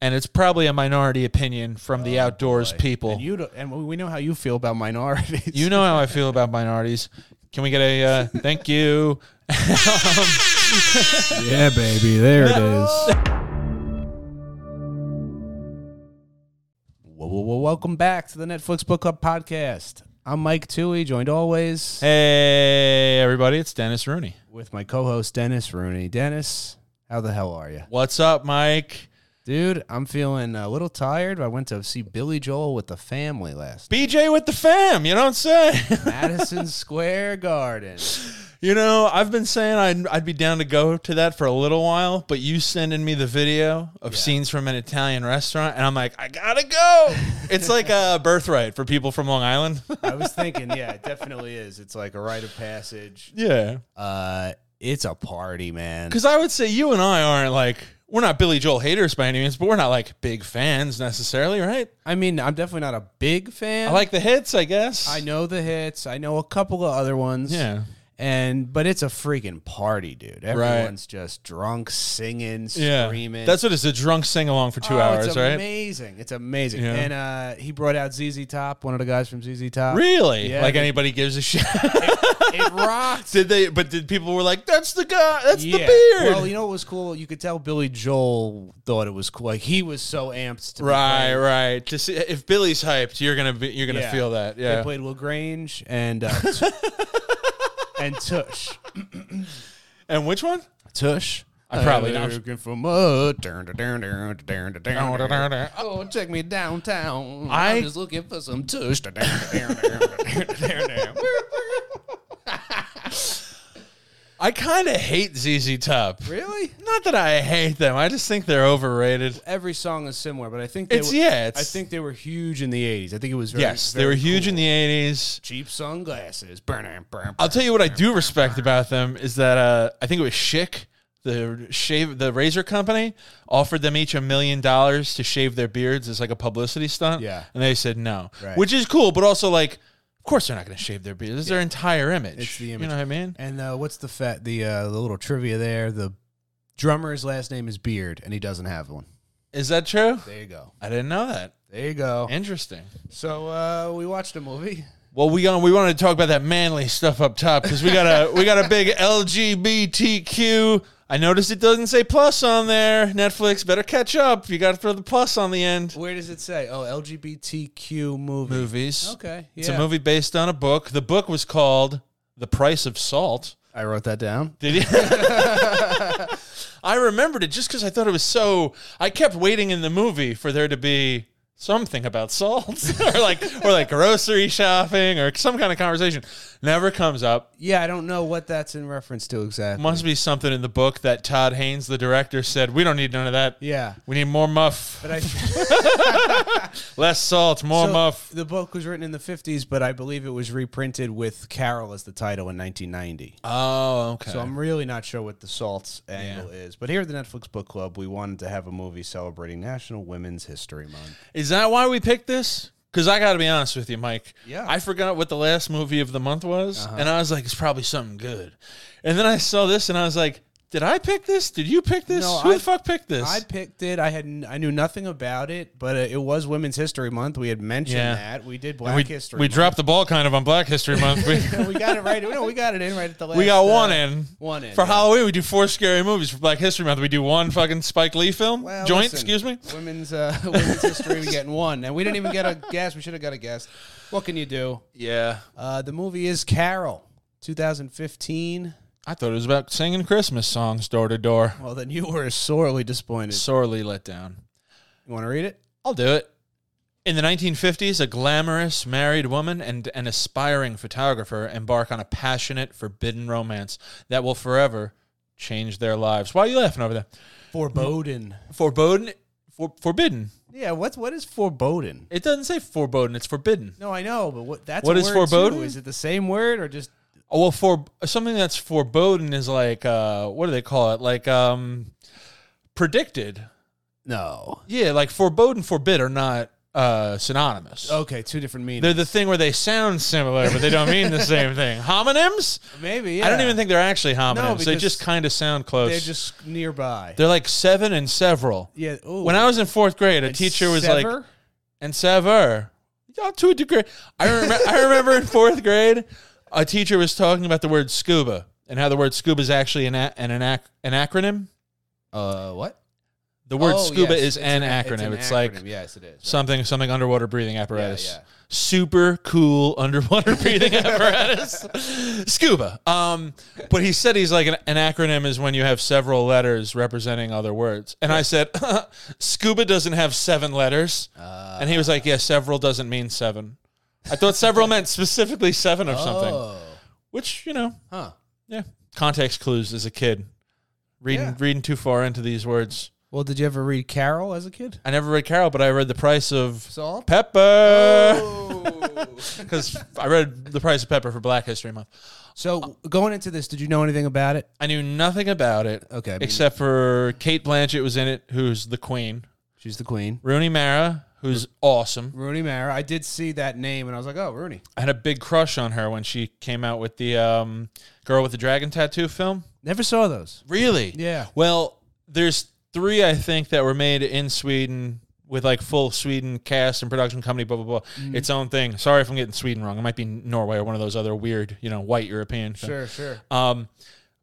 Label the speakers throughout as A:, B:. A: and it's probably a minority opinion from the outdoors people.
B: Oh, And you don't, and we know how you feel about minorities.
A: You know how I feel about minorities. Can we get a uh, thank you? Um,
C: Yeah, baby. There it is.
B: Whoa, whoa, whoa, welcome back to the Netflix Book Club podcast. I'm Mike Toohey, joined always
A: Hey, everybody, it's Dennis Rooney.
B: with my co-host Dennis Rooney. Dennis, how the hell are you,
A: What's up, Mike?
B: dude? I'm feeling a little tired. but I went to see Billy Joel with the family last
A: BJ with the fam, you don't say.
B: Madison Square Garden.
A: you know, I've been saying I'd, I'd be down to go to that for a little while, but you sending me the video of scenes from an Italian restaurant, and I'm like, I gotta go. it's like a birthright for people from Long Island.
B: I was thinking, yeah, it definitely is. It's like a rite of passage.
A: yeah.
B: Uh, it's a party, man.
A: Because I would say you and I aren't like we're not Billy Joel haters by any means, but we're not like big fans necessarily, right?
B: I mean, I'm definitely not a big fan.
A: I like the hits, I guess.
B: Uh, I know the hits. I know a couple of other ones.
A: Yeah.
B: And but it's a freaking party, dude. Everyone's just drunk, singing,
A: Yeah.
B: screaming.
A: That's what it's a drunk sing along for two
B: Oh,
A: hours,
B: it's
A: right?
B: Amazing. It's amazing.
A: Yeah.
B: And uh, he brought out ZZ Top, one of the guys from ZZ Top.
A: Really?
B: Yeah,
A: like
B: they-
A: anybody gives a shit.
B: It rocked.
A: did they? But did people were like, "That's the guy. That's the
B: Yeah.
A: beard."
B: Well, you know what was cool? You could tell Billy Joel thought it was cool. Like he was so amped to be
A: right,
B: playing.
A: right. To see, if Billy's hyped, you're gonna be, you're gonna
B: Yeah.
A: feel that.
B: They
A: Yeah.
B: played Lagrange and uh, Tu- and Tush.
A: And which one?
B: Tush.
A: I probably don't-
B: Looking for more. Dun, dun, dun, dun, dun, dun, dun, dun. Oh, check me downtown. I,
A: I-
B: am just looking for some tush. Dun, dun, dun, dun, dun, dun, dun, dun.
A: I kind of hate ZZ Top.
B: really?
A: Not that I hate them. I just think they're overrated.
B: Every song is similar, but I think they
A: It's-
B: were,
A: yeah, it's-
B: I think they were huge in the '80s. I think it was very,
A: Yes, they
B: very
A: were huge
B: cool.
A: in the '80s.
B: cheap sunglasses. Burn, burn, burn.
A: I'll tell you what I do respect about them is that uh, I think it was Schick, the shave, the razor company, offered them each a million dollars to shave their beards as like a publicity stunt.
B: Yeah.
A: and they said no,
B: Right.
A: which is cool, but also like, of course they're not going to shave their beards. It's their entire image.
B: It's the
A: You
B: image.
A: know what I mean?
B: And uh, what's the fat? The uh, the little trivia there. The drummer's last name is Beard, and he doesn't have one.
A: Is that true?
B: There you go.
A: I didn't know that.
B: There you go.
A: Interesting.
B: So uh, we watched a movie.
A: Well, we gonna, we want to talk about that manly stuff up top because we got a we got a big LGBTQ. I noticed it doesn't say plus on there. Netflix better catch up. You got to throw the plus on the end.
B: Where does it say? Oh, LGBTQ movie.
A: movies.
B: Okay,
A: It's
B: yeah.
A: a movie based on a book. The book was called The Price of Salt.
B: I wrote that down.
A: Did you? I remembered it just because I thought it was so. I kept waiting in the movie for there to be something about salt or like or like grocery shopping or some kind of conversation. Never comes up.
B: Yeah, I don't know what that's in reference to exactly.
A: Must be something in the book that Todd Haynes, the director, said. We don't need none of that.
B: yeah.
A: We need more muff,
B: But I,
A: less salt, more
B: so
A: muff.
B: the book was written in the 50s, but I believe it was reprinted with Carol as the title in 1990.
A: Oh, okay.
B: So I'm really not sure what the salts angle is. But here at the Netflix Book Club, we wanted to have a movie celebrating National Women's History Month.
A: Is that why we picked this? Because I got to be honest with you, Mike.
B: Yeah. Uh-huh.
A: I forgot what the last movie of the month was, and I was like, it's probably something good. And then I saw this, and I was like, did I pick this? Did you pick this?
B: No,
A: Who
B: I-
A: the fuck picked this?
B: I picked it. I had n- I knew nothing about it, but uh, it was Women's History Month. We had mentioned
A: Yeah.
B: that. We did
A: And
B: Black
A: we
B: History.
A: we
B: Month.
A: dropped the ball kind of on Black History Month. We,
B: we got it right. No, we got it in right at the last.
A: we got
B: uh,
A: one in.
B: one in,
A: For
B: yeah.
A: Halloween, we do four scary movies. For Black History Month, we do one fucking Spike Lee film.
B: Well,
A: Joint,
B: listen,
A: excuse me.
B: Women's uh, Women's History. We getting one, and we didn't even get a guest. We should have got a guest. What can you do?
A: Yeah.
B: Uh, the movie is Carol, 2015.
A: I thought it was about singing Christmas songs door to door.
B: Well, then you were sorely disappointed.
A: Sorely let down.
B: You want to read it?
A: I'll do it. In the 1950s, a glamorous married woman and an aspiring photographer embark on a passionate, forbidden romance that will forever change their lives. Why are you laughing over there?
B: Foreboding.
A: Foreboding, for, forbidden.
B: Yeah. What's what is foreboding?
A: It doesn't say foreboding; it's forbidden.
B: No, I know, but what that's
A: What
B: a
A: is
B: word,
A: foreboding?
B: Too. Is it the same word or just
A: Oh, well, for something that's foreboding is like uh, what do they call it? Like um, predicted.
B: no?
A: Yeah, like foreboding, forbid are not uh, synonymous.
B: Okay, two different meanings.
A: They're the thing where they sound similar, but they don't mean the same thing. Homonyms?
B: Maybe yeah.
A: I don't even think they're actually homonyms. they
B: because
A: just kind of sound close.
B: they're just nearby.
A: They're like seven and several.
B: yeah. Ooh.
A: When I was in fourth grade, a
B: And
A: teacher was like,
B: sever?
A: and sever. Y'all to a degree. I, remember. I remember in fourth grade, a teacher was talking about the word scuba and how the word scuba is actually an, a- an, ac- an acronym.
D: Uh, what?
A: The word
B: Oh,
A: scuba
B: yes,
A: is an, acronym. It's, like
B: acronym. yes, it is.
A: something, something underwater breathing apparatus.
B: yeah.
A: Super cool underwater breathing apparatus. scuba. Um, but he said he's like an, an acronym is when you have several letters representing other words. And I said, scuba doesn't have seven letters.
B: Uh,
A: and he was like, yeah, several doesn't mean seven. I thought several meant specifically seven or something,
D: Oh,
A: which, you know,
D: huh.
A: yeah. Context clues as a kid. Reading,
B: Yeah.
A: reading too far into these words.
D: Well, did you ever read Carol as a kid?
A: I never read Carol, but I read The Price of
D: Salt.
A: Pepper
D: Oh.
A: because I read The Price of Pepper for Black History Month.
B: So going into this, did you know anything about it?
A: I knew nothing about it
B: Okay, I mean-
A: except for Kate Blanchett was in it, who's the queen.
B: She's the queen.
A: Rooney Mara, who's awesome.
B: Rooney Mara. I did see that name, and I was like, oh, Rooney.
A: I had a big crush on her when she came out with the um, Girl with the Dragon Tattoo film.
B: Never saw those.
A: Really?
B: Yeah.
A: Well, there's three I think that were made in Sweden with like full Sweden cast and production company, blah blah blah.
B: Mm.
A: Its own thing. Sorry if I'm getting Sweden wrong. It might be Norway or one of those other weird, you know, white European. thing.
B: Sure, sure.
A: Um,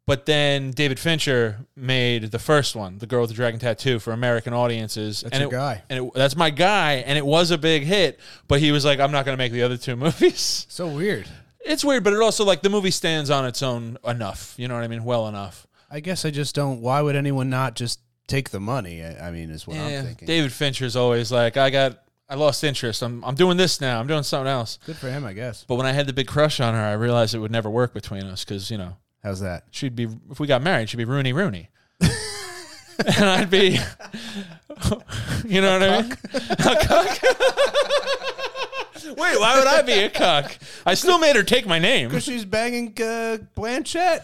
A: but then David Fincher made the first one, The Girl with the Dragon Tattoo, for American audiences. That's and
B: your
A: it,
B: guy.
A: And it, that's my guy. And it was a big hit. But he was like, I'm not going to make the other two movies.
B: So weird.
A: It's weird, but it also like the movie stands on its own enough. You know what I mean? Well enough.
B: I guess I just don't. Why would anyone not just take the money? I, I mean, is what I'm thinking.
A: David Fincher's always like, I got, I lost interest. I'm, I'm doing this now. I'm doing something else.
B: Good for him, I guess.
A: But when I had the big crush on her, I realized it would never work between us because you know
B: How's that?
A: she'd be if we got married, she'd be Rooney Rooney. and I'd be you know what I mean? A cuck. Wait, why would I be a cuck? I still made her take my name.
B: She's banging uh, Blanchett.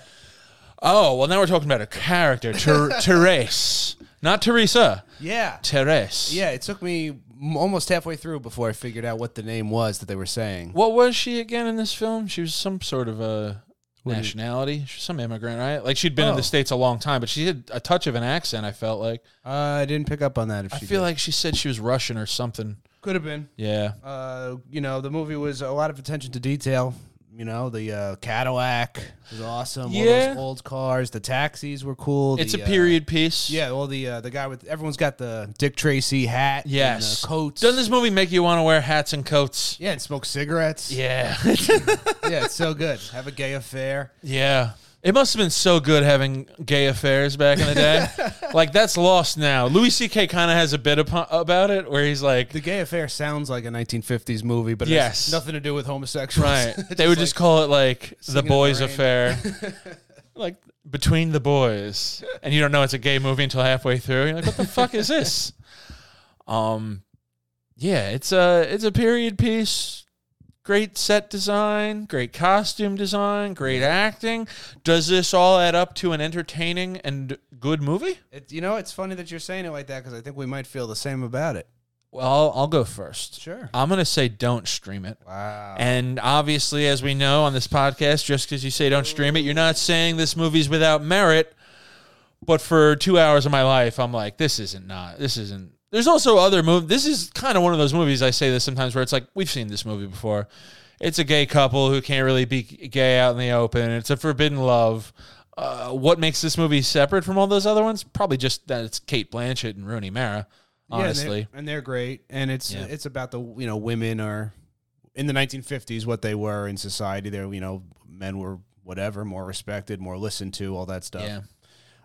A: Oh, well now we're talking about a character, Ter- Therese. Not Teresa.
B: Yeah.
A: Therese.
B: Yeah, it took me m- almost halfway through before I figured out what the name was that they were saying.
A: What was she again in this film? She was some sort of a nationality. She's some immigrant, right? Like she'd been in
B: Oh.
A: the States a long time, but she had a touch of an accent, I felt like.
B: Uh, I didn't pick up on that. If
A: I
B: she
A: feel
B: did.
A: like she said she was Russian or something.
B: could have been.
A: Yeah.
B: Uh, you know, the movie was a lot of attention to detail. You know, the uh, Cadillac was awesome. All
A: Yeah.
B: those old cars. The taxis were cool.
A: It's a
B: the, uh,
A: period piece.
B: yeah, all the uh, the guy with everyone's got the Dick Tracy hat. and, uh,
A: Yes.
B: coats.
A: Doesn't this movie make you want to wear hats and coats?
B: yeah, and smoke cigarettes.
A: Yeah.
B: yeah, it's so good. Have a gay affair.
A: yeah. It must have been so good having gay affairs back in the day. like that's lost now. Louis C.K. kind of has a bit upon, about it where he's like,
B: The gay affair sounds like a 1950s movie, but it
A: Yes.
B: has nothing to do with homosexuals.
A: right? they would just call it like the
B: in the
A: boys'
B: rain.
A: affair, like between the boys, and you don't know it's a gay movie until halfway through. You're like, what the fuck is this? Um, yeah, it's a it's a period piece. Great set design, great costume design, great acting. Does this all add up to an entertaining and good movie?
B: It, you know, it's funny that you're saying it like that because I think we might feel the same about it.
A: Well, I'll, I'll go first.
B: Sure.
A: I'm gonna say don't stream it.
B: Wow.
A: And obviously, as we know on this podcast, just because you say don't stream it, you're not saying this movie's without merit. But for two hours of my life, I'm like, this isn't not. This isn't. There's also other movies. This is kind of one of those movies I say this sometimes where it's like, we've seen this movie before. It's a gay couple who can't really be gay out in the open. It's a forbidden love. Uh, what makes this movie separate from all those other ones? Probably just that it's Kate Blanchett and Rooney Mara, honestly.
B: and they're, and they're great. And it's
A: Yeah.
B: it's about the you know women are in the 1950s what they were in society. They're you know men were whatever more respected, more listened to, all that stuff.
A: yeah,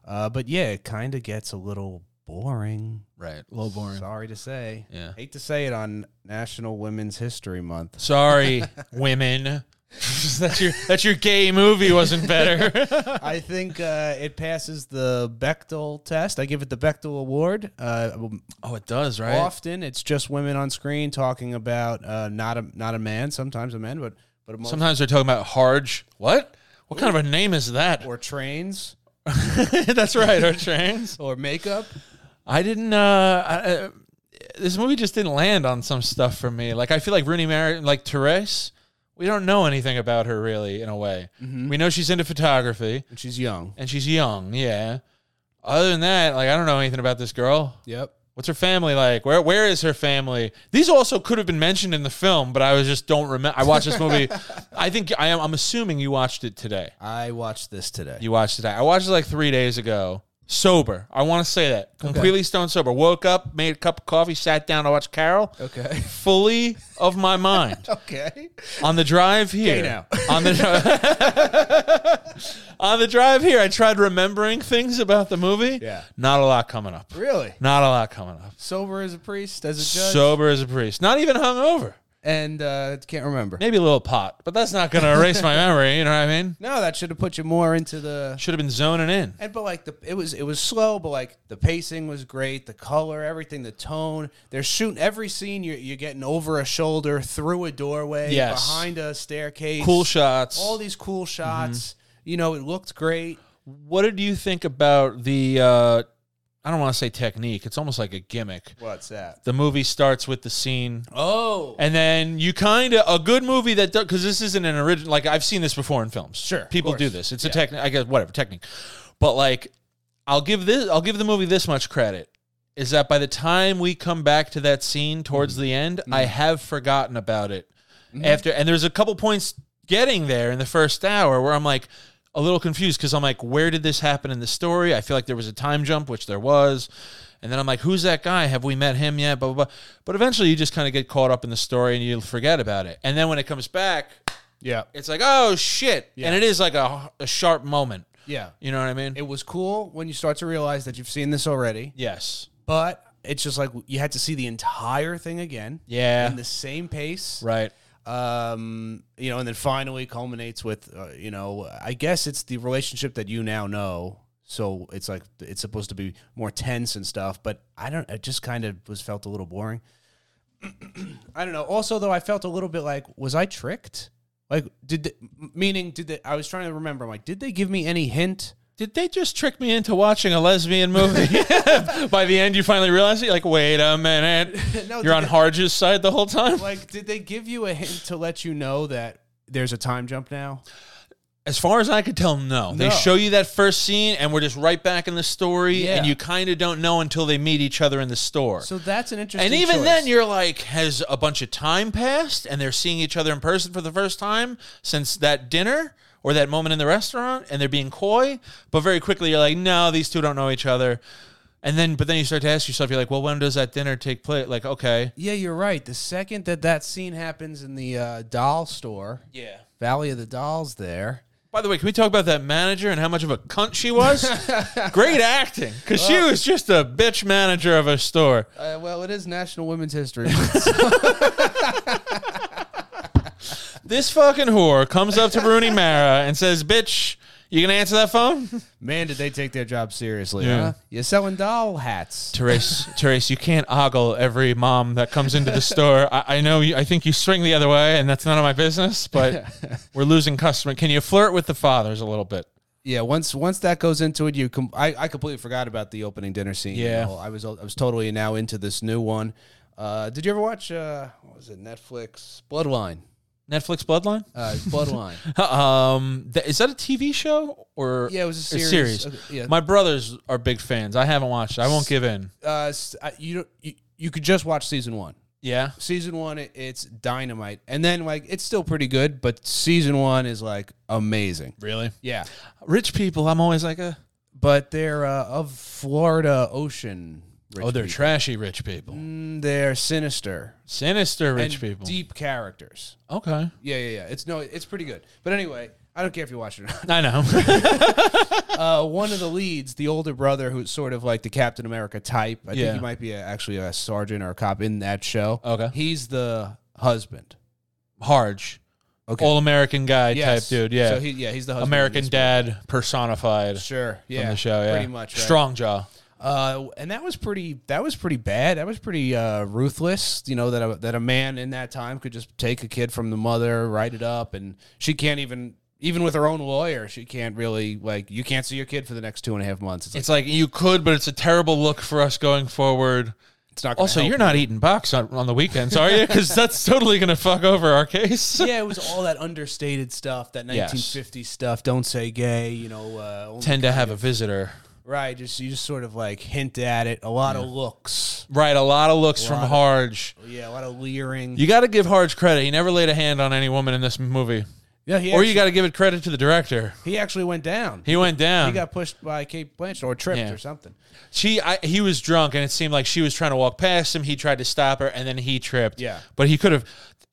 B: Uh, but yeah, it kind of gets a little boring.
A: right. Low boring.
B: Sorry to say.
A: Yeah.
B: Hate to say it on National Women's History Month.
A: Sorry, women. that your that your gay movie wasn't better.
B: I think uh, it passes the Bechtel test. I give it the Bechtel Award. Uh,
A: oh, it does, right?
B: Often it's just women on screen talking about uh, not a not a man, sometimes a man, but but a mo-
A: Sometimes they're talking about Harge. What? What kind of a name is that?
B: or trains
A: That's right, or trains.
B: or makeup.
A: I didn't. Uh, I, I- this movie just didn't land on some stuff for me. Like I feel like Rooney Mara, like Therese, we don't know anything about her really in a way. We know she's into photography
E: And she's young.
A: and she's young, yeah. Other than that, like I don't know anything about this girl.
E: Yep.
A: What's her family like? Where where is her family? These also could have been mentioned in the film, but I was just don't remember. I watched this movie. I think I am. I'm assuming you watched it today.
B: I watched this today.
A: You watched it. I watched it like three days ago. Sober. I want to say that completely stone sober. Woke up, made a cup of coffee, sat down to watch Carol.
B: okay.
A: Fully of my mind
B: okay.
A: on the drive here.
E: now.
A: on the on the drive here, I tried remembering things about the movie.
E: Yeah.
A: not a lot coming up.
B: Really?
A: Not a lot coming up.
B: Sober as a priest, as a judge,
A: Sober as a priest. Not even hungover.
B: and uh, can't remember.
A: Maybe a little pot, but that's not going to erase my memory. You know what I mean?
B: No, that should have put you more into the.
A: Should have been zoning in.
B: And but like the it was it was slow, but like the pacing was great, the color, everything, the tone. They're shooting every scene. You're, you're getting over a shoulder, through a doorway,
A: Yes.
B: behind a staircase.
A: Cool shots.
B: All these cool shots. You know, it looked great.
A: What did you think about the? Uh, I don't want to say technique. It's almost like a gimmick.
B: What's that?
A: The movie starts with the scene,
B: Oh,
A: and then you kind of a good movie that because this isn't an original. Like I've seen this before in films.
B: Sure, of
A: people do
B: course.
A: this. It's a technique. I guess whatever technique, but like I'll give this. I'll give the movie this much credit. Is that by the time we come back to that scene towards
B: Mm-hmm.
A: the end, I have forgotten about it. after and there's a couple points getting there in the first hour where I'm like a little confused because I'm like, where did this happen in the story? I feel like there was a time jump, which there was. And then I'm like, who's that guy? Have we met him yet? Blah, blah, blah. But eventually you just kind of get caught up in the story and you forget about it. And then when it comes back,
E: Yeah.
A: it's like, oh shit. And it is like a, a sharp moment.
B: yeah.
A: You know what I mean?
B: It was cool when you start to realize that you've seen this already,
A: yes.
B: but it's just like you had to see the entire thing again.
A: Yeah.
B: In the same pace.
A: Right.
B: um, you know, and then finally culminates with, uh, you know, I guess it's the relationship that you now know. So it's like it's supposed to be more tense and stuff, but I don't. It just kind of was felt a little boring. I don't know. Also, though, I felt a little bit like, was I tricked? Like, did the, meaning did they, I was trying to remember? I'm like, did they give me any hint?
A: Did they just trick me into watching a lesbian movie? By the end, you finally realize it. You're like, wait a minute.
B: No,
A: You're
B: did
A: on
B: they-
A: Harge's side the whole time?
B: Like, did they give you a hint to let you know that there's a time jump now?
A: As far as I could tell, no. They
B: No.
A: show you that first scene, and we're just right back in the story,
B: Yeah.
A: and you kind of don't know until they meet each other in the store.
B: So that's an interesting.
A: and even
B: choice.
A: then, you're like, has a bunch of time passed, and they're seeing each other in person for the first time since that dinner or that moment in the restaurant, and they're being coy. But very quickly, you're like, no, these two don't know each other. And then, but then you start to ask yourself, you're like, well, when does that dinner take place? Like, okay,
B: Yeah, you're right. The second that that scene happens in the uh, doll store,
A: yeah.
B: Valley of the Dolls, there.
A: By the way, can we talk about that manager and how much of a cunt she was? Great acting, because she was just a bitch manager of a store.
B: Uh, well, it is National Women's History.
A: This fucking whore comes up to Rooney Mara and says, "Bitch, you gonna answer that phone?"
E: Man, did they take their job seriously?
A: Yeah.
E: huh?
B: Huh? You're selling doll hats.
A: Therese, Therese, you can't ogle every mom that comes into the store. I, I know. You, I think you swing the other way, and that's none of my business. But we're losing customer. Can you flirt with the fathers a little bit?
B: Yeah, once once that goes into it, you com- I, I completely forgot about the opening dinner scene. you
A: Yeah.
B: know. I was I was totally now into this new one. Uh, did you ever watch uh, what was it Netflix Bloodline?
A: Netflix Bloodline.
B: Uh, Bloodline.
A: Um, th- is that a TV show or
B: Yeah, it was a series. Okay, yeah.
A: My brothers are big fans. I haven't watched. it. I won't give in.
B: uh, s- I- you, don't- you you could just watch season one.
A: Yeah,
B: season one it- it's dynamite and then like it's still pretty good but season one is like amazing
A: really.
B: yeah
A: Rich people. I'm always like a.
B: but they're uh, of florida ocean rich
A: oh, they're
B: people.
A: trashy rich people.
B: Mm, they're sinister
A: Sinister rich
B: and
A: people.
B: deep characters
A: okay,
B: yeah yeah yeah it's no it's pretty good but anyway i don't care if you watch it or not
A: I know.
B: uh, one of the leads the older brother who's sort of like the captain america type i
A: Yeah.
B: think he might be a, actually a sergeant or a cop in that show
A: Okay.
B: he's the husband
A: Harge,
B: Okay.
A: all American guy
B: Yes.
A: type dude. Yeah,
B: so he, yeah he's the husband in
A: American
B: this
A: dad personified
B: Sure. Yeah.
A: on the show. Yeah,
B: Pretty much. Right?
A: strong jaw.
B: Uh, and that was pretty. That was pretty bad. That was pretty uh, ruthless. You know that a, that a man in that time could just take a kid from the mother, write it up, and she can't even even with her own lawyer, she can't really like you can't see your kid for the next two and a half months. It's like
A: It's like you could, but it's a terrible look for us going forward.
B: It's not. gonna
A: Also,
B: help
A: you're
B: me.
A: not eating box on, on the weekends, are you? Because that's totally going to fuck over our case.
B: yeah, it was all that understated stuff, that
A: Yes.
B: 1950s stuff. Don't say gay, you know. Uh, only-
A: Tend to have a visitor.
B: right, just you just sort of like hint at it. A lot of looks,
A: Right, a lot of looks from Harge.
B: yeah, a lot of leering.
A: You got to give Harge credit. He never laid a hand on any woman in this movie.
B: yeah, he
A: Or
B: actually,
A: you got to give it credit to the director.
B: he actually went down. He,
A: He went down.
B: got pushed by Kate Blanchett or tripped
A: Yeah.
B: or something.
A: she I, he was drunk and it seemed like she was trying to walk past him he tried to stop her and then he tripped
B: Yeah.
A: but he could have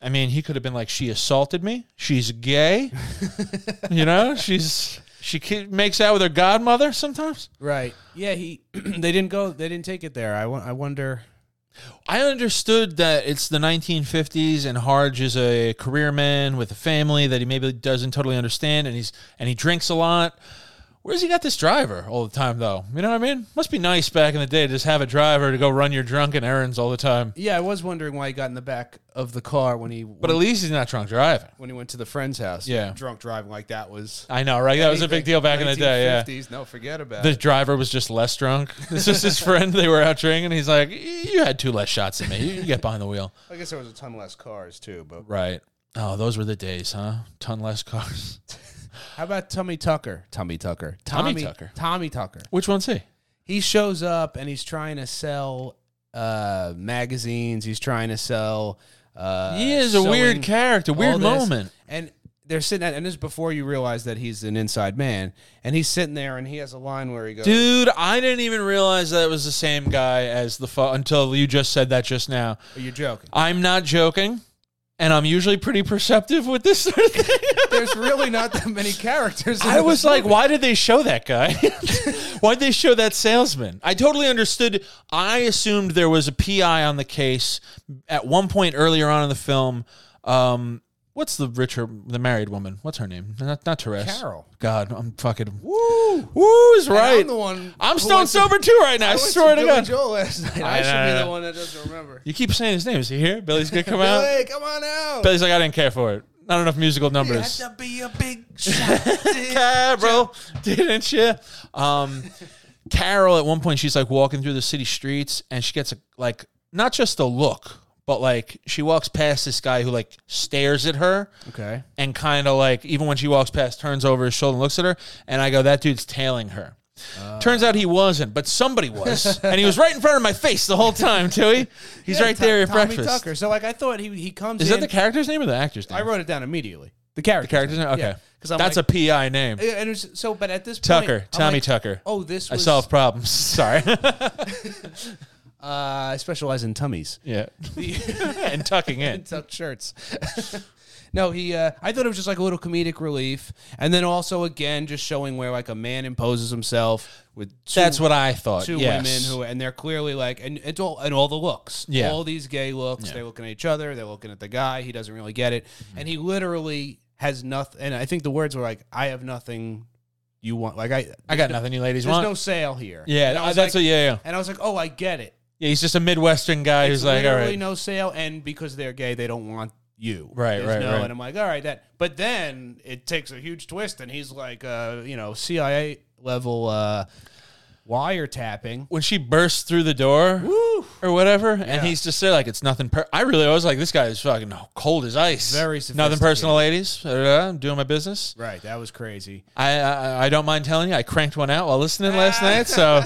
A: i mean he could have been like she assaulted me she's gay you know she's she ki- makes out with her godmother sometimes
B: Right. Yeah, he they didn't go they didn't take it there. I won- I wonder
A: i understood that it's the 1950s and harge is a career man with a family that he maybe doesn't totally understand and he's and he drinks a lot Where's he got this driver all the time, though? You know what I mean? Must be nice back in the day to just have a driver to go run your drunken errands all the time.
B: Yeah, I was wondering why he got in the back of the car when he
A: But at least he's not drunk driving.
B: when he went to the friend's house.
A: Yeah.
B: Drunk driving like that was
A: I know, right? That was a big deal back in the day. Yeah,
B: 1950s, No, forget about
A: the
B: it.
A: driver was just less drunk. This is his friend. They were out drinking. He's like, "You had two less shots than me. You can get behind the wheel."
B: I guess there was a ton less cars too, but
A: Right. Oh, those were the days, huh? Ton less cars.
B: how about Tummy Tucker? Tummy Tucker.
A: Tommy Tucker.
B: Tommy Tucker.
A: Which one's he?
B: He shows up and he's trying to sell uh magazines. He's trying to sell uh
A: he is a
B: sewing-
A: weird character. Weird
B: all this.
A: moment.
B: And they're sitting at, and this is before you realize that he's an inside man. And he's sitting there and he has a line where he goes,
A: Dude, I didn't even realize that it was the same guy as the fu- until you just said that just now.
B: Are you joking?
A: I'm not joking, and I'm usually pretty perceptive with this sort of thing.
B: There's really not that many characters. in
A: I
B: this
A: was like,
B: movie.
A: why did they show that guy? why did they show that salesman? I totally understood. I assumed there was a PI on the case at one point earlier on in the film. Um, what's the richer, the married woman? What's her name? Not, not Therese.
B: Carol.
A: God, I'm fucking.
B: Woo!
A: Woo is
B: And
A: right.
B: I'm the one.
A: I'm
B: who
A: stone
B: went to-
A: sober too right now. I,
B: I went
A: swear
B: to,
A: to
B: Billy
A: God.
B: Joel last night.
A: I
B: I, should
A: know, I
B: be
A: know.
B: the one that doesn't remember.
A: You keep saying his name. Is he here? Billy's gonna come out.
B: Billy, come on out.
A: Billy's like, I didn't care for it. Not enough musical
B: You
A: numbers.
B: had to be a big shot.
A: Carol, didn't you? Um, Carol, at one point, she's like walking through the city streets, and she gets a, like not just a look, but like she walks past this guy who like stares at her,
B: okay.
A: and kind of like even when she walks past, turns over his shoulder and looks at her, and I go, that dude's tailing her.
B: Uh.
A: Turns out he wasn't, but somebody was, and he was right in front of my face the whole time. Too, he's right there at
B: Tommy
A: breakfast.
B: Tucker. So like, I thought he he comes.
A: Is
B: in,
A: that the character's name or the actor's name?
B: I wrote it down immediately. The character.
A: the character's name. Okay,
B: Because I'm
A: that's
B: like,
A: a PI name.
B: a. And it's, so, but at this point,
A: Tucker,
B: I'm
A: Tommy
B: like,
A: Tucker.
B: Oh, this
A: I
B: was
A: solve problems. Sorry.
B: Uh, I specialize in tummies
A: yeah. and tucking in.
B: and tuck shirts. no, he. Uh, I thought it was just like a little comedic relief, and then also again just showing where like a man imposes himself with two,
A: That's what I thought.
B: two
A: yes.
B: women who, and they're clearly like, and it's all and all the looks,
A: Yeah.
B: all these gay looks. They're looking at each other. They're looking at the guy. He doesn't really get it,
A: Mm-hmm.
B: and he literally has nothing. And I think the words were like, "I have nothing." You want like I?
A: I got nothing you ladies
B: There's
A: want.
B: no sale here.
A: yeah,
B: And I
A: uh,
B: was
A: that's
B: like,
A: a yeah, yeah.
B: and I was like, "Oh, I get it."
A: Yeah, he's just a Midwestern guy
B: It's
A: who's like, all
B: literally
A: right.
B: no sale, and because they're gay, they don't want you.
A: Right,
B: There's
A: right,
B: no,
A: right.
B: And I'm like, all right, that. But then it takes a huge twist, and he's like, uh, you know, CIA level uh, wiretapping.
A: When she bursts through the door or whatever, and he's just there like it's nothing. Per- I really was like, this guy is fucking cold as ice.
B: Very
A: nothing
B: sophisticated.
A: personal, ladies. Uh, I'm doing my business.
B: Right, that was crazy.
A: I, I I don't mind telling you, I cranked one out while listening last night. So,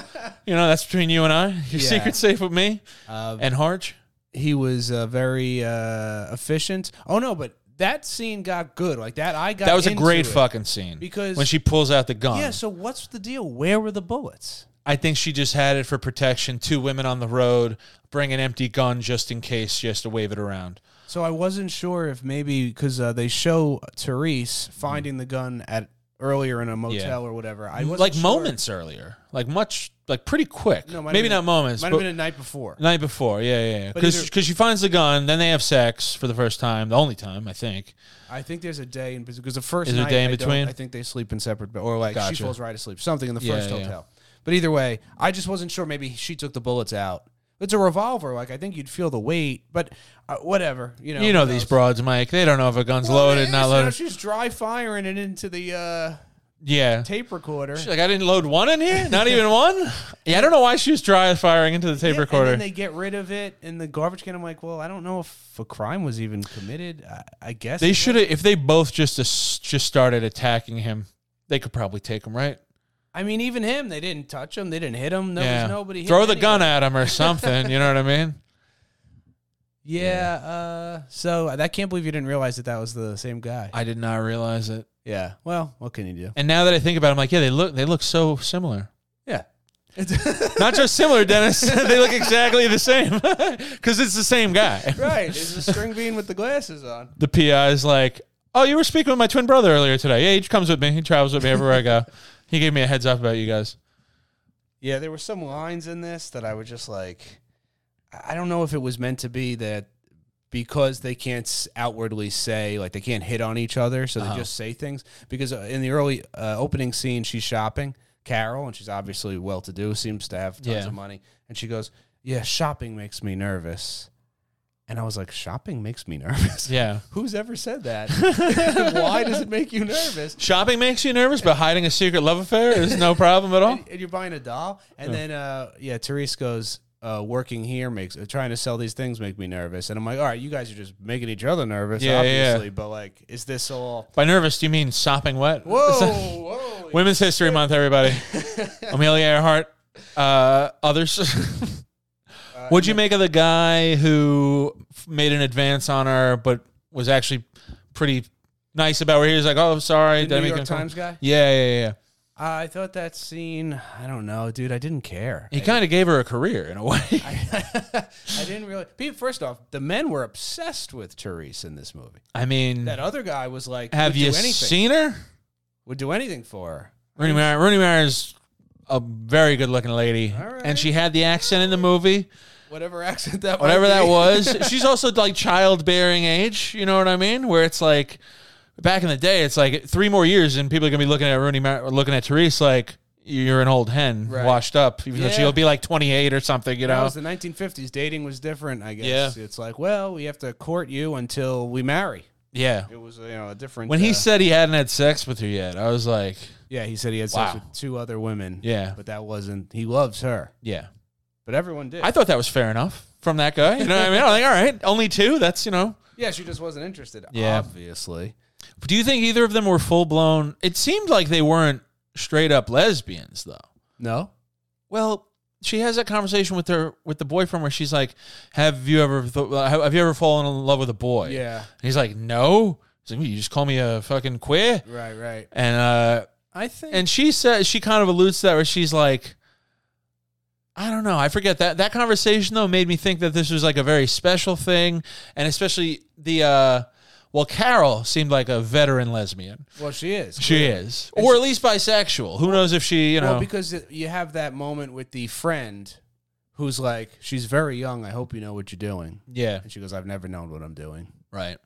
A: you know, that's between you and I. Your
B: Yeah.
A: secret's safe with me
B: Uh,
A: and Harge.
B: he was uh, very uh, efficient. Oh no, but that scene got good. Like that, I got
A: That was a
B: into
A: great
B: it.
A: fucking scene
B: Because-
A: when she pulls out the gun.
B: Yeah. So what's the deal? Where were the bullets?
A: I think she just had it for protection. Two women on the road, bring an empty gun just in case, just to wave it around.
B: So I wasn't sure if maybe because uh, they show Therese finding the gun at earlier in a motel or whatever. I wasn't
A: Mm-hmm. like
B: sure.
A: moments earlier, like much, like pretty quick.
B: No, might have
A: Maybe
B: been-
A: not moments,
B: Might
A: but
B: have been a night before.
A: night before. Yeah, yeah, yeah.
B: But
A: Because
B: either-
A: she finds the gun, then they have sex for the first time, the only time I think.
B: I think there's a day in because the first
A: Is there a
B: night,
A: day in
B: I don't-
A: between?
B: I think they sleep in separate bed or like
A: Gotcha.
B: she falls right asleep. Something in the
A: Yeah,
B: first
A: yeah.
B: hotel. But either way, I just wasn't sure. Maybe she took the bullets out. It's a revolver. Like I think you'd feel the weight, but uh, whatever. You know.
A: You know
B: who
A: these
B: knows?
A: broads, Mike. They don't know if a gun's
B: Well,
A: loaded,
B: it
A: not
B: is, you know,
A: loaded.
B: She's dry firing it into the uh,
A: yeah.
B: tape recorder.
A: She's like, I didn't load one in here, not even one. Yeah, I don't know why she was dry firing into the tape
B: Yeah,
A: recorder.
B: And then they get rid of it in the garbage can. I'm like, well, I don't know if a crime was even committed. I, I guess
A: They should have. If they both just as- just started attacking him, they could probably take him, right?
B: I mean, even him, they didn't touch him. They didn't hit him. There was nobody.
A: Throw the gun at him or something. you know what I mean?
B: Yeah. Uh, so I I can't believe you didn't realize that that was the same guy.
A: I did not realize it.
B: yeah. Well, what can you do?
A: And now that I think about, it, I'm like, yeah, they look they look so similar.
B: Yeah.
A: Not just similar, Dennis. they look exactly the same because it's the same guy.
B: right. It's a string bean with the glasses on.
A: The PI is like, oh, you were speaking with my twin brother earlier today. Yeah, he comes with me. He travels with me everywhere I go. He gave me a heads up about you guys.
B: Yeah, there were some lines in this that I was just like, I I don't know if it was meant to be that because they can't s- outwardly say like they can't hit on each other, so they just say things. Because uh, in the early uh, opening scene, she's shopping Carol, and she's obviously well to do, seems to have tons
A: Yeah.
B: of money, and she goes, "Yeah, shopping makes me nervous." And I was like, "Shopping makes me nervous."
A: Yeah.
B: Who's ever said that? Why does it make you nervous?
A: Shopping makes you nervous, but hiding a secret love affair is no problem at all.
B: and, and you're buying a doll, and then uh, yeah, Therese goes, uh, "Working here makes uh, trying to sell these things make me nervous." And I'm like, "All right, you guys are just making each other nervous,
A: Yeah, yeah, yeah.
B: obviously." But like, is this all?
A: By nervous, do you mean sopping wet? Is that-
B: whoa!
A: Women's History Month, everybody. Amelia Earhart. Uh, others.
B: Uh,
A: What'd you make of the guy who f- made an advance on her, but was actually pretty nice about where he was like, "Oh, I'm sorry."
B: The
A: did I
B: New
A: make
B: York
A: him come-"
B: Times guy. Uh,
A: Yeah, yeah, yeah, yeah.
B: I thought that scene. I don't know, dude. I didn't care.
A: He kind of gave her a career in a way.
B: I didn't really. Pete, First off, the men were obsessed with Therese in this movie.
A: I mean,
B: That other guy was like,
A: Mm. have
B: would
A: you
B: do anything,
A: seen her?
B: Would do anything for her.
A: Rooney Mara. Rooney Mara is a very good-looking lady,
B: All
A: and
B: right.
A: she had the accent in the movie.
B: Whatever accent that. might
A: whatever that
B: be.
A: was. She's also like childbearing age. You know what I mean? Where it's like back in the day, it's like three more years, and people are gonna be looking at Rooney, Mar- looking at Therese like you're an old hen,
B: Right.
A: washed up, even though
B: Yeah.
A: she'll be like 28 or something. You
B: That
A: know?
B: was the 1950s. Dating was different, I guess.
A: Yeah.
B: It's like, well, we have to court you until we marry.
A: yeah.
B: It was, you know, a different.
A: When he
B: uh,
A: said he hadn't had sex with her yet, I was like,
B: yeah, he said he had
A: Wow.
B: sex with two other women.
A: Yeah.
B: but that wasn't. He loves her,
A: yeah.
B: but everyone did.
A: I thought that was fair enough from that guy. You know what I mean? I'm like, all right, only two. That's you know.
B: yeah, she just wasn't interested.
A: Yeah.
B: obviously.
A: Do you think either of them were full blown? It seemed like they weren't straight up lesbians though.
B: No.
A: Well, she has that conversation with her with the boyfriend where she's like, "Have you ever th- have you ever fallen in love with a boy?"
B: Yeah.
A: And he's like, "No." He's like, "You just call me a fucking queer."
B: Right. Right.
A: And uh,
B: I think.
A: and she says she kind of alludes to that where she's like, "I don't know." I forget that that conversation though made me think that this was like a very special thing, and especially the uh, well, Carol seemed like a veteran lesbian.
B: well, she is.
A: She is, or at least bisexual. Who knows if she, you know?
B: Well, because it- you have that moment with the friend, who's like, she's very young. I hope you know what you're doing.
A: yeah,
B: And she goes, I've never known what I'm doing.
A: right.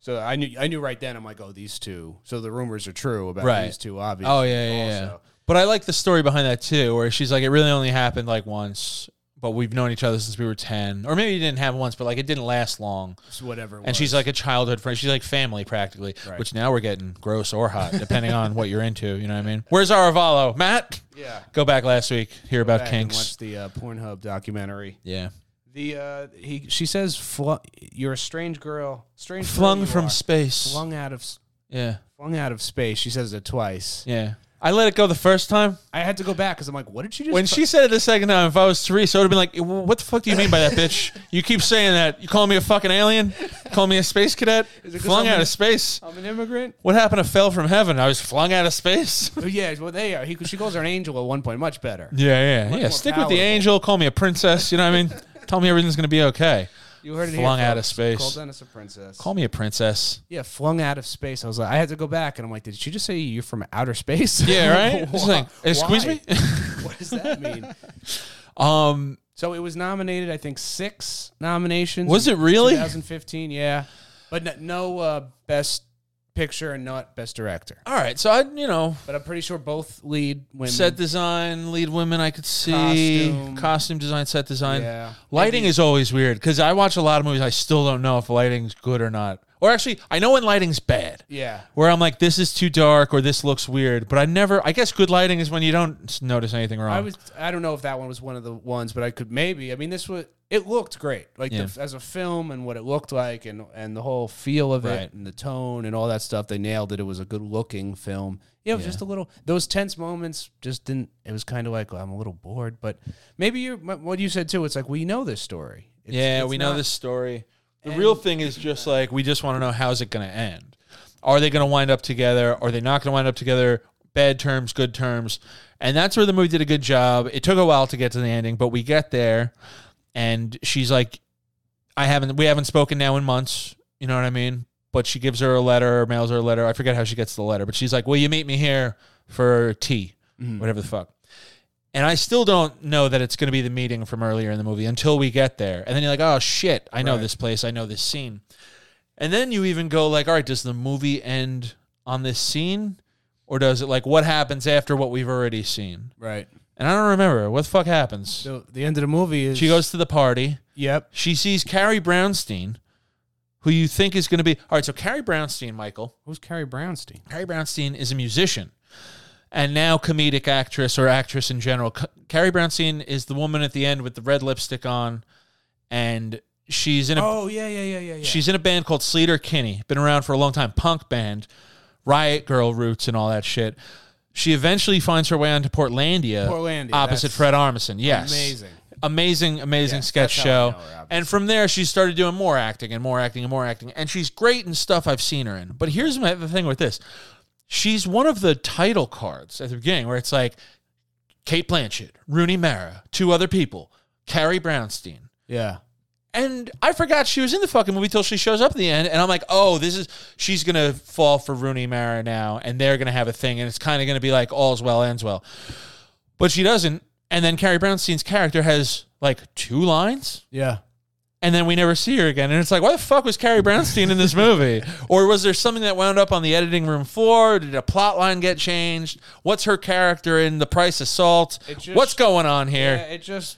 B: So I knew I knew right then. I'm like, oh, these two. So the rumors are true about
A: Right.
B: these two. Obviously.
A: Oh yeah, yeah, yeah.
B: also.
A: But I like the story behind that too, where she's like, it really only happened like once, but we've known each other since we were ten, or maybe it didn't happen once, but like it didn't last long.
B: It's whatever. it
A: And she's
B: was.
A: like a childhood friend. She's like family practically, which now we're getting gross or hot, depending on what you're into. You know what I mean? Where's Aravalo, Matt?
B: yeah.
A: Go back last week, hear about
B: Back and
A: kinks.
B: Watch the uh, Pornhub documentary.
A: Yeah,
B: The uh, he she says, Fl- "You're a strange girl, strange girl
A: flung
B: you
A: from
B: are.
A: space.
B: flung out of s-
A: Yeah,
B: flung out of space." She says it twice.
A: yeah. I let it go the first time.
B: I had to go back because I'm like, "What did she just?"
A: When
B: fu-
A: she said it the second time, if I was Therese, I would have been like, "Well, "What the fuck do you mean by that, bitch? You keep saying that. You call me a fucking alien? Call me a space cadet?
B: Is it 'cause
A: Flung
B: I'm
A: out
B: an-
A: of space?
B: I'm an immigrant.
A: What happened to fell from heaven? I was flung out of space."
B: Oh, yeah, well, they are. He, she calls her an angel at one point. Much better.
A: Yeah, yeah, yeah.
B: more
A: Stick with the
B: palatable.
A: angel. Call me a princess. You know what I mean? Tell me everything's gonna be okay.
B: You heard it
A: Flung
B: here,
A: out of
B: folks.
A: space.
B: Call Dennis a princess.
A: Call me a princess.
B: yeah, flung out of space. I was like, I had to go back, and I'm like, did she just say you're from outer space?
A: Yeah, right. It's
B: Why?
A: like, excuse
B: Why?
A: me.
B: what does that mean?
A: um,
B: So it was nominated, I think, six nominations.
A: was
B: in
A: it really?
B: 2015, yeah. But no, no uh, best picture and not best director.
A: All right. So I, you know,
B: But I'm pretty sure both lead women.
A: set design, lead women. I could see
B: Costume.
A: costume design, set design.
B: Yeah.
A: Lighting
B: Maybe-
A: is always weird because I watch a lot of movies. I still don't know if lighting's good or not, Or actually, I know when lighting's bad.
B: Yeah.
A: Where I'm like, this is too dark or this looks weird. But I never, I guess good lighting is when you don't s- notice anything wrong.
B: I was I don't know if that one was one of the ones, but I could maybe. I mean, this was it looked great, like
A: Yeah.
B: the, as a film and what it looked like, and and the whole feel of
A: Right.
B: it and the tone and all that stuff. They nailed it. It was a good looking film. Yeah, it was just a little those tense moments just didn't. It was kind of like well, I'm a little bored, but maybe you what you said too. It's like we know this story. It's-
A: yeah,
B: it's
A: we know
B: not-
A: this story. The real thing is just like we just want to know how's it going to end. Are they going to wind up together? Are they not going to wind up together? Bad terms, good terms, and that's where the movie did a good job. It took a while to get to the ending, but we get there, and she's like, "I haven't. We haven't spoken now in months. You know what I mean?" But she gives her a letter, or mails her a letter. I forget how she gets the letter, but she's like, "Will you meet me here for tea,
B: Mm-hmm.
A: whatever the fuck?" And I still don't know that it's going to be the meeting from earlier in the movie until we get there. And then you're like, oh shit, I know this place, I know this scene. And then you even go like, all right, does the movie end on this scene, or does it like what happens after what we've already seen?
B: right.
A: And I don't remember what the fuck happens.
B: So the end of the movie is
A: She goes to the party.
B: Yep.
A: She sees Carrie Brownstein, who you think is going to be all right. So Carrie Brownstein, Michael,
B: Who's Carrie Brownstein?
A: Carrie Brownstein is a musician and now comedic actress or actress in general. C- Carrie Brownstein is the woman at the end with the red lipstick on, and she's in a
B: Oh yeah yeah yeah yeah yeah.
A: she's in a band called Sleater Kinney. Been around for a long time, punk band, Riot Girl roots and all that shit. She eventually finds her way onto Portlandia,
B: Portlandia,
A: opposite
B: that's
A: Fred Armisen. Yes,
B: amazing.
A: amazing, amazing
B: Yes,
A: sketch
B: that's how
A: show.
B: I know her, obviously.
A: and from there, she started doing more acting and more acting and more acting. And she's great in stuff I've seen her in. But here's my, the thing with this: she's one of the title cards at the beginning, where it's like Kate Blanchett, Rooney Mara, two other people, Carrie Brownstein.
B: yeah.
A: And I forgot she was in the fucking movie till she shows up at the end, and I'm like, oh, this is she's gonna fall for Rooney Mara now, and they're gonna have a thing, and it's kind of gonna be like all's well ends well, but she doesn't. And then Carrie Brownstein's character has like two lines,
B: Yeah.
A: and then we never see her again. And it's like, why the fuck was Carrie Brownstein in this movie? or was there something that wound up on the editing room floor? Did a plot line get changed? What's her character in The Price of Salt?
B: just-
A: What's going on here?
B: Yeah, it just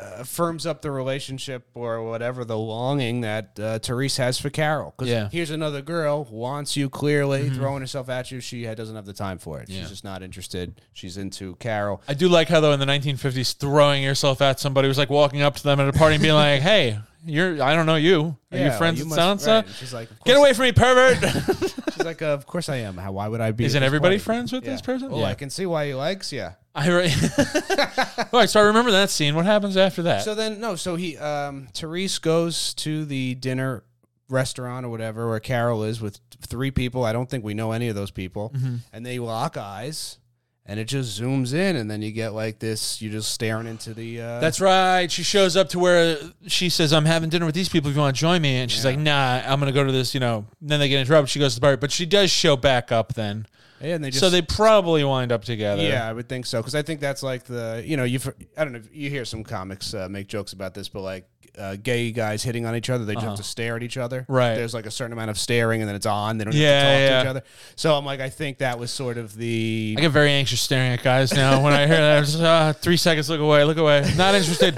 B: uh, firms up the relationship or whatever the longing that uh, Therese has for Carol. 'Cause
A: Yeah. Mm-hmm.
B: here's another girl wants you clearly, throwing herself at you. She ha- doesn't have the time for it. She's just not interested. She's into Carol.
A: I do like how though in the 1950s, throwing yourself at somebody was like walking up to them at a party and being like, "Hey, you're I don't know you. Are
B: Yeah,
A: you friends
B: you
A: with
B: must-
A: so and
B: right.
A: so?
B: And She's like, of
A: Get
B: course-
A: away from me, pervert!"
B: She's like, of course I am. How? Why would I be?
A: Isn't
B: at this
A: everybody
B: party?
A: friends with
B: Yeah.
A: this person?
B: Oh, I can see why he likes you.
A: I re- All right, so I remember that scene. What happens after that?
B: So then, no. So he, um, Therese goes to the dinner restaurant or whatever where Carol is with three people. I don't think we know any of those people,
A: Mm-hmm.
B: and they lock eyes, and it just zooms in, and then you get like this. You're just staring into the. Uh,
A: That's right. She shows up to where she says, "I'm having dinner with these people. If you want to join me," and she's like, "Nah, I'm gonna go to this." You know. And then they get interrupted. She goes to the bar, but she does show back up then.
B: yeah, and they just
A: so they probably wind up together.
B: Yeah, I would think so because I think that's like the you know you have I don't know if you hear some comics uh, make jokes about this, but like uh, gay guys hitting on each other, they just have to stare at each other.
A: Uh-huh. Right.
B: There's like a certain amount of staring, and then it's on. They don't
A: Yeah,
B: have to talk
A: yeah.
B: to each other. So I'm like, I think that was sort of the
A: I get very anxious staring at guys now. When I hear that, I'm just uh, three seconds, look away, look away. Not interested.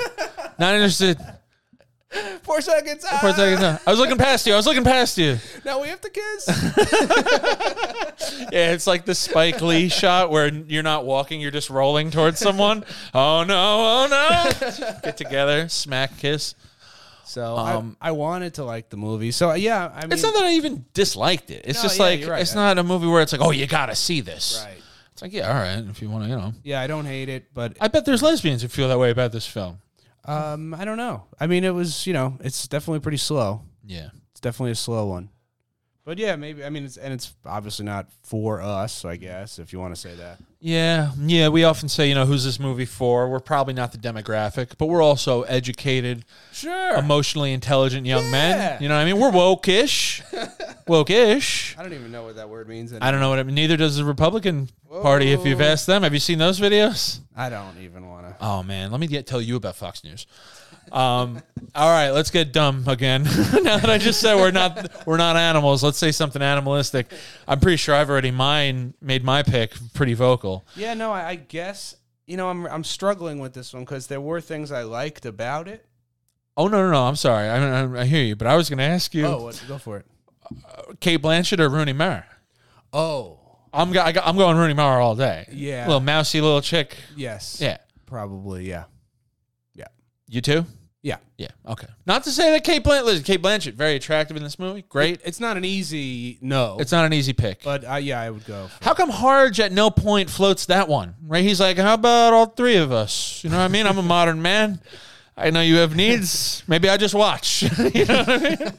A: Not interested.
B: four seconds. Ah,
A: Four seconds. uh, I was looking past you. I was looking past you.
B: Now we have to kiss.
A: Yeah, it's like the Spike Lee shot where you're not walking, you're just rolling towards someone. Oh no! Oh no! Get together, smack, kiss.
B: so
A: Um,
B: I, I wanted to like the movie. So yeah, I mean,
A: It's not that I even disliked it. It's
B: No,
A: just
B: yeah,
A: like
B: you're right.
A: it's not a movie where it's like, oh, you gotta see this.
B: right.
A: It's like, yeah, all right, if you want to, you know.
B: Yeah, I don't hate it, but
A: I bet there's lesbians who feel that way about this film.
B: um, I don't know. I mean, it was you know, it's definitely pretty slow.
A: Yeah.
B: It's definitely a slow one. But yeah, maybe I mean it's and it's obviously not for us, I guess, if you want to say that.
A: Yeah, yeah. We often say, you know, who's this movie for? We're probably not the demographic, but we're also educated,
B: Sure.
A: emotionally intelligent young men.
B: Yeah.
A: You know what I mean? We're woke-ish, woke-ish.
B: I don't even know what that word means. And
A: I
B: I,
A: don't know what it. Neither does the Republican Party. If you've
B: Whoa.
A: asked them, have you seen those videos?
B: don't even want to.
A: Oh man, let me get, tell you about Fox News. Um, all right, let's get dumb again. now that I just said we're not we're not animals, let's say something animalistic. I'm pretty sure I've already mine made my pick pretty vocal.
B: Yeah, no, I, I guess you know I'm I'm struggling with this one because there were things I liked about it.
A: Oh no no no! I'm sorry. I, I, I hear you, but I was going to ask you.
B: Oh, what, go for it.
A: Kate Blanchett or Rooney Mara.
B: Oh,
A: I'm go, I go, I'm going Rooney Mara all day.
B: Yeah.
A: little mousy little chick.
B: yes.
A: Yeah,
B: Probably, yeah.
A: you too.
B: Yeah.
A: Yeah. Okay. Not to say that Kate Blanchett, listen, Kate Blanchett, very attractive in this movie. Great.
B: It's not an easy no,
A: It's not an easy pick.
B: but I, yeah, I would go. for-
A: How come Harge at no point floats that one? Right? He's like, how about all three of us? You know what I mean? I'm a modern man. I know you have needs. Maybe I just watch. you know what I mean?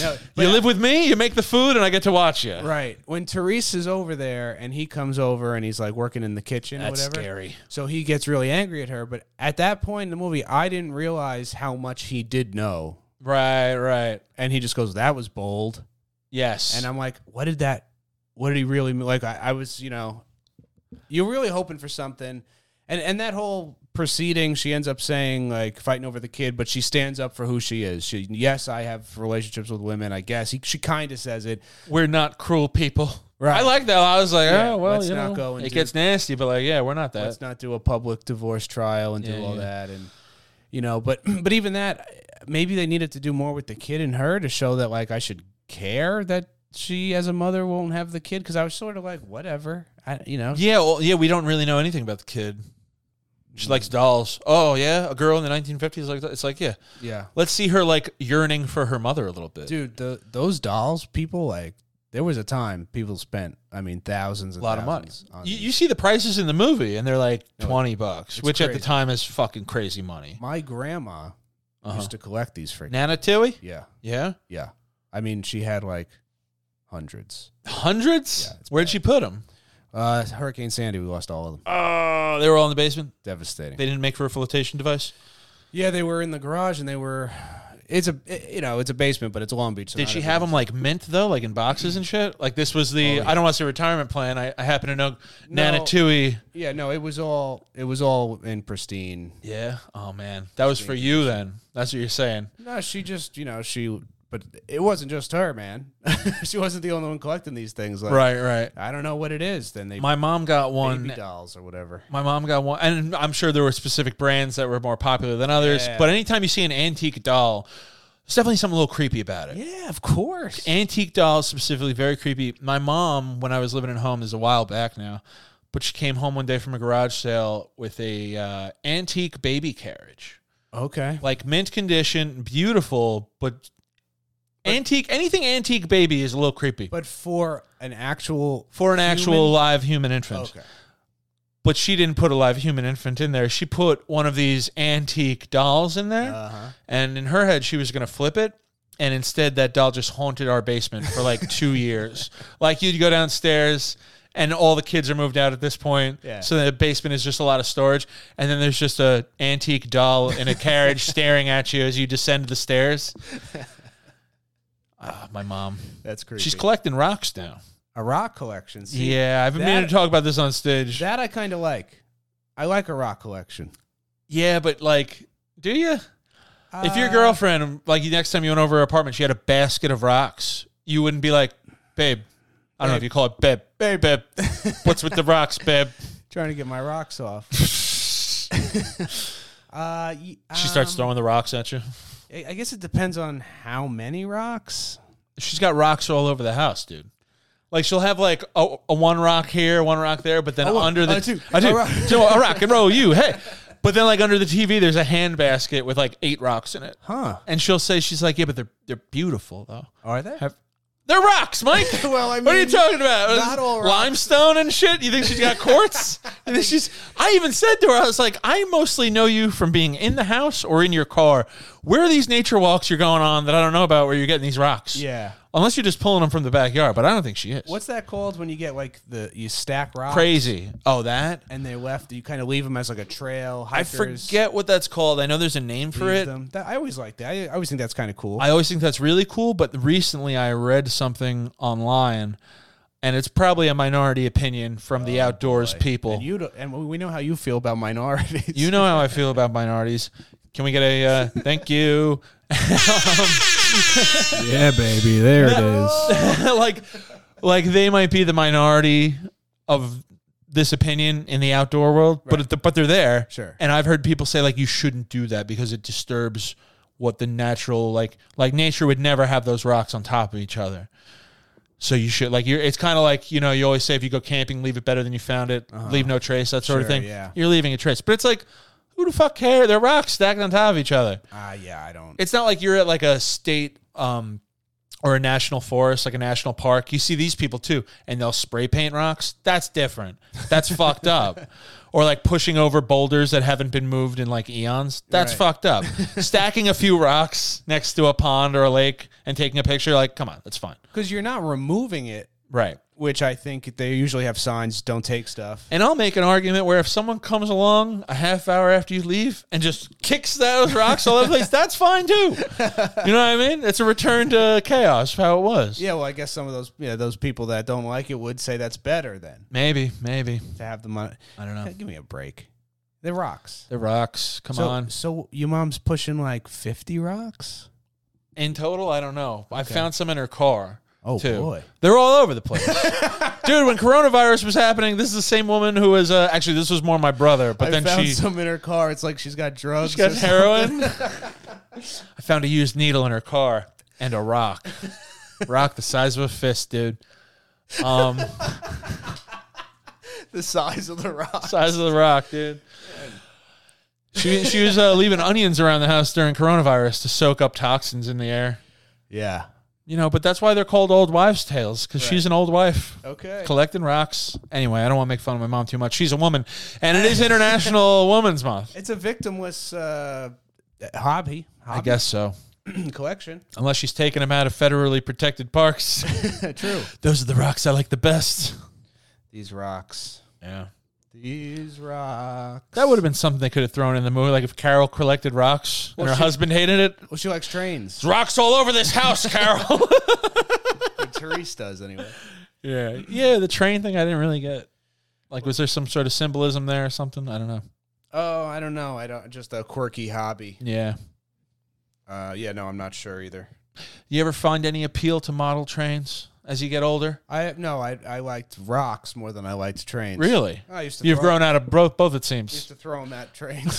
B: No, but-
A: You live with me, you make the food, and I get to watch you.
B: Right. When Therese is over there and he comes over and he's like working in the kitchen
A: That's
B: or whatever.
A: scary.
B: So he gets really angry at her, but at that point in the movie I didn't realize how much he did know.
A: Right, right.
B: And he just goes, That was bold.
A: Yes.
B: And I'm like, What did that what did he really mean? Like I, I was, you know you're really hoping for something. And and that whole proceeding, she ends up saying like fighting over the kid, but she stands up for who she is. She yes, I have relationships with women, I guess. He, she kinda says it.
A: we're not cruel people.
B: Right.
A: I like that. I was like,
B: Yeah,
A: oh well,
B: let's
A: you
B: not
A: know,
B: go and
A: it
B: do-
A: gets nasty, but like, yeah, we're not that.
B: let's not do a public divorce trial and
A: Yeah,
B: do all
A: yeah.
B: that and you know but but even that maybe they needed to do more with the kid and her to show that like i should care that she as a mother won't have the kid because i was sort of like whatever I, you know
A: yeah, well, yeah, we don't really know anything about the kid. She likes dolls. Oh yeah, a girl in the 1950s like that. It's like yeah,
B: yeah
A: let's see her like yearning for her mother a little bit.
B: dude the those dolls people like there was a time people spent i mean thousands
A: a
B: and
A: lot of money.
B: thousands on
A: You,
B: these.
A: you see the prices in the movie, and they're like twenty bucks,
B: it's
A: which at the
B: crazy.
A: time is fucking crazy money.
B: my grandma
A: Uh-huh.
B: used to collect these freaking
A: Nana Tui,
B: yeah
A: yeah,
B: yeah i mean she had like hundreds
A: hundreds.
B: it's
A: Where'd she put them?
B: uh hurricane sandy we lost all of them
A: Oh, they were all in the basement.
B: devastating
A: They didn't make for a flotation device.
B: Yeah, they were in the garage, and they were. It's a it- you know it's a basement, but it's Long Beach. so
A: Did
B: not
A: she
B: everything-
A: have Oh, them like mint though, like in boxes and shit? Like this was the I don't want to say retirement plan. I, I happen to know Nana
B: No.
A: Tui.
B: Yeah, no, it was all it was all in pristine.
A: Yeah. Oh man, that was for you then. That's what you're saying.
B: No, she just you know she, but it wasn't just her, man. she wasn't the only one collecting these things. Like,
A: Right. Right.
B: I don't know what it is. Then they
A: My mom got
B: baby
A: one.
B: dolls or whatever.
A: My mom got one, and I'm sure there were specific brands that were more popular than others.
B: Yeah.
A: But anytime you see an antique doll, there's definitely something a little creepy about it.
B: Yeah, of course.
A: Antique dolls specifically, very creepy. My mom, when I was living at home, this is a while back now, but she came home one day from a garage sale with a uh, antique baby carriage.
B: okay.
A: like mint condition, beautiful, but, antique. Anything antique baby is a little creepy
B: But for an actual
A: for an actual
B: human-
A: live human infant.
B: okay,
A: But she didn't put a live human infant in there. She put one of these antique dolls in there,
B: uh-huh.
A: and in her head, she was gonna flip it. And instead, that doll just haunted our basement for like two years. Like you'd go downstairs. And all the kids are moved out at this point,
B: Yeah.
A: so the basement is just a lot of storage. And then there's just a antique doll in a carriage staring at you as you descend the stairs. Ah, my mom.
B: that's creepy.
A: She's collecting rocks now.
B: a rock collection. See,
A: yeah, I've been meaning
B: that-
A: to talk about this on stage.
B: that I kind of like. I like a rock collection.
A: yeah, but like, do you? if
B: Uh,
A: your girlfriend, like, next time you went over her apartment, she had a basket of rocks, you wouldn't be like, babe. I don't know if you call it babe. Babe, babe. What's with the rocks, babe?
B: trying to get my rocks off. uh, she
A: She starts throwing the rocks at you.
B: I I guess it depends on how many rocks.
A: She's got rocks all over the house, dude. Like she'll have like a, a one rock here, one rock there, but then
B: one,
A: under the
B: a two,
A: I do,
B: a rock.
A: do a rock and roll you, hey. But then like under the TV, there's a hand basket with like eight rocks in it,
B: Huh.
A: and she'll say she's like, yeah, but they're they're beautiful though.
B: Are they?
A: Have- They're rocks, Mike.
B: Well, I
A: what are you
B: mean,
A: talking about? Uh,
B: not all rocks.
A: limestone and shit. You think she's got quartz? and then she's. I even said to her, I was like, I mostly know you from being in the house or in your car. Where are these nature walks you're going on that I don't know about? Where you're getting these rocks?
B: Yeah.
A: Unless you're just pulling them from the backyard, but I don't think she is.
B: What's that called when you get like the you stack rocks
A: crazy? Oh, that
B: and they left? You kind of leave them as like a trail.
A: I
B: Hikers
A: forget what that's called. I know there's a name for
B: leave
A: it.
B: them. That- I always like that. I, I always think that's kind of cool.
A: I always think that's really cool, but recently I read something online, and it's probably a minority opinion from the outdoors people.
B: Oh, and you don't- and we know how you feel about minorities.
A: You know how I feel about minorities. Can we get a uh, thank you?
C: Yeah, baby, there it is.
A: like, like they might be the minority of this opinion in the outdoor world, but but but they're there.
B: Sure.
A: And I've heard people say like you shouldn't do that because it disturbs what the natural like like nature would never have those rocks on top of each other. So you should like you're. It's kind of like you know you always say if you go camping, leave it better than you found it. Leave no trace, that sort of
B: Uh-huh. Sure,
A: thing.
B: yeah.
A: You're leaving a trace, but it's like who the fuck care? They're rocks stacked on top of each other.
B: Ah, yeah, I don't.
A: It's not like you're at like a state um or a national forest, like a national park. You see these people too, and they'll spray paint rocks. That's different. That's fucked up. Or like pushing over boulders that haven't been moved in like eons. That's
B: Right.
A: fucked up. Stacking a few rocks next to a pond or a lake and taking a picture, like, come on, that's fine.
B: Because you're not removing it,
A: Right.
B: which I think they usually have signs, don't take stuff.
A: And I'll make an argument where if someone comes along a half hour after you leave and just kicks those rocks all over the place, that's fine too. You know what I mean? It's a return to chaos, how it was.
B: Yeah, well, I guess some of those, you know, those people that don't like it would say that's better then
A: Maybe, maybe.
B: to have the money.
A: I don't know.
B: Give me a break. They're rocks.
A: The rocks. Come
B: so,
A: on.
B: So your mom's pushing like 50 rocks?
A: In total, I don't know. I found some in her car.
B: Oh,
A: too.
B: boy.
A: They're all over the place. Dude, when coronavirus was happening, this is the same woman who was uh, actually this was more my brother, but
B: I
A: then
B: found
A: she
B: some in her car. It's like she's got drugs.
A: she got
B: or
A: heroin. I found a used needle in her car and a rock. rock the size of a fist, dude. Um
B: something. the size of the rock.
A: size of the rock, dude. She, she was uh, leaving onions around the house during coronavirus to soak up toxins in the air.
B: Yeah.
A: You know, but that's why they're called old wives' tales because she's an old wife
B: Okay.
A: collecting rocks. Anyway, I don't want to make fun of my mom too much. She's a woman, and it is International Woman's Month.
B: It's a victimless uh, hobby.
A: I
B: hobby
A: guess so.
B: collection.
A: Unless she's taking them out of federally protected parks.
B: True.
A: Those are the rocks I like the best.
B: These rocks.
A: Yeah.
B: These rocks.
A: That would have been something they could have thrown in the movie. Like if Carol collected rocks and her husband hated it.
B: Well, she likes trains.
A: There's rocks all over this house, Carol.
B: Therese does anyway.
A: yeah. Yeah. The train thing I didn't really get. Like, was there some sort of symbolism there or something? I don't know.
B: Oh, I don't know. I don't. Just a quirky hobby.
A: Yeah.
B: Uh, yeah, no, I'm not sure either.
A: You ever find any appeal to model trains as you get older?
B: I no, I I liked rocks more than I liked trains.
A: Really?
B: I used to.
A: You've
B: throw,
A: grown out of both, both it
B: Used
A: seems.
B: to throw them at trains.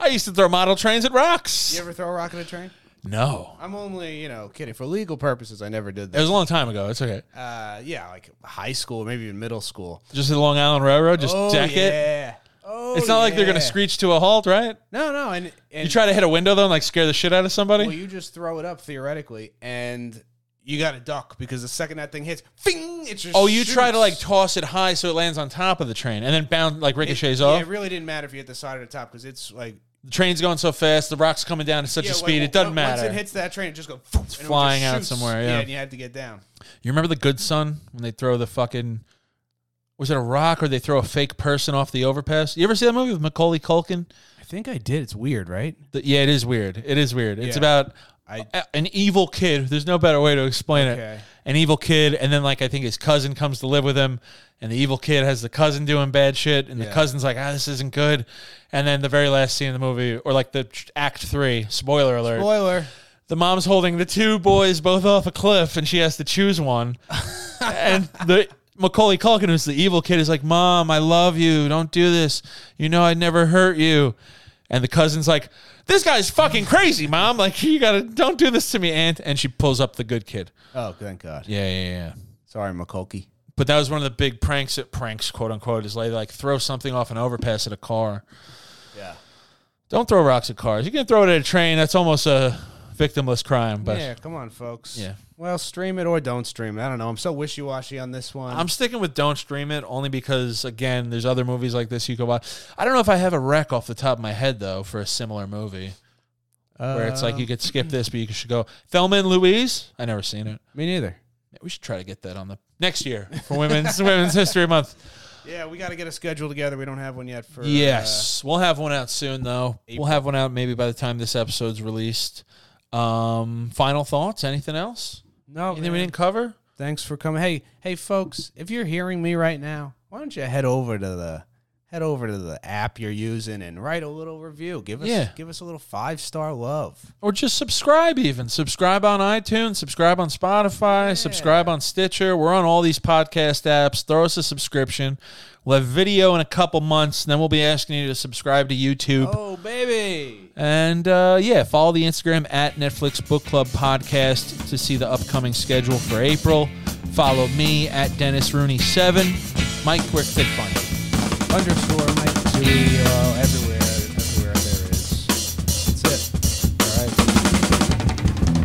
A: I used to throw model trains at rocks.
B: you ever throw a rock at a train?
A: no.
B: I'm only you know kidding. For legal purposes, I never did
A: It was a
B: that.
A: long time ago. It's okay.
B: Uh, yeah, like high school, maybe even middle school.
A: Just the Long Island Railroad, just
B: oh
A: deck it.
B: yeah. Oh,
A: It's not like they're going to
B: yeah.
A: screech to a halt, right?
B: No, no, and, and
A: You try to hit a window, though, and like scare the shit out of somebody?
B: Well, you just throw it up theoretically, and you got to duck because the second that thing hits, fing, it's just.
A: oh, you try to
B: shoots.
A: like toss it high so it lands on top of the train and then bound, like ricochets
B: Yeah,
A: off.
B: it really didn't matter if you hit the side or the top because it's like
A: the train's going so fast, the rock's coming down at such
B: yeah,
A: a
B: like,
A: speed, it
B: on-
A: doesn't
B: Once
A: matter.
B: it hits that train, it just goes and it just
A: flying out
B: shoots.
A: somewhere, yeah.
B: and you had to get down.
A: you remember The Good Son when they throw the fucking. Was it a rock or they throw a fake person off the overpass? You ever see that movie with Macaulay Culkin?
B: I think I did. It's weird, right?
A: The- yeah, it is weird. It is weird. It's
B: Yeah.
A: about
B: I-
A: a- an evil kid. There's no better way to explain
B: Okay.
A: it. An evil kid, and then like I think his cousin comes to live with him, and the evil kid has the cousin doing bad shit, and the cousin's like, ah, this isn't good. And then the very last scene of the movie, or like the tr- act three, spoiler alert,
B: Spoiler.
A: the mom's holding the two boys both off a cliff, and she has to choose one. and the Macaulay Culkin, who's the evil kid, is like, "Mom, I love you. Don't do this. You know I'd never hurt you." And the cousin's like, "This guy's fucking crazy, mom. Like you gotta don't do this to me, aunt." And she pulls up the good kid.
B: Oh, thank God.
A: Yeah, yeah, yeah.
B: Sorry, McCulkey.
A: But that was one of the big pranks at pranks, quote unquote, is like, like throw something off an overpass at a car.
B: Yeah.
A: Don't throw rocks at cars. You can throw it at a train. That's almost a victimless crime. But
B: yeah, come on, folks.
A: Yeah.
B: Well, stream it or don't stream it. I don't know. I'm so wishy washy on this one.
A: I'm sticking with don't stream it only because again, there's other movies like this you go watch. I don't know if I have a rec off the top of my head though for a similar movie where it's like you could skip this, but you should go Thelma and Louise. I never seen it.
B: me neither.
A: Yeah, We should try to get that on the next year for women's Women's History Month.
B: Yeah, we got to get a schedule together. We don't have one yet for. uh,
A: Yes, we'll have one out soon though. We'll have one out maybe by the time this episode's released. Um, final thoughts? Anything else?
B: no.
A: Anything we
B: man.
A: didn't cover?
B: thanks for coming. Hey, hey, folks, if you're hearing me right now, why don't you head over to the head over to the app you're using and write a little review. Give us
A: Yeah.
B: give us a little five star love.
A: or just subscribe even subscribe on itunes subscribe on spotify subscribe on stitcher we're on all these podcast apps throw us a subscription we'll have video in a couple months and then we'll be asking you to subscribe to youtube
B: Oh baby,
A: And uh, yeah, follow the Instagram at Netflix Book Club Podcast to see the upcoming schedule for April. Follow me at Dennis Rooney7. Mike, where can they find you?
B: Underscore Mike Tuio everywhere, everywhere there is. That's it.
A: All right.
B: It's not gonna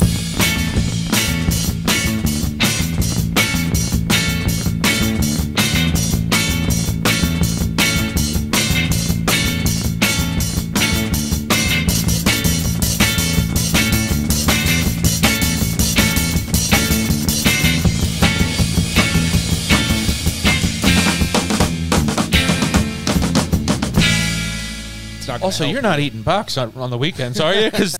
A: Also,
B: help.
A: you're not eating box on, on the weekends, are you? Because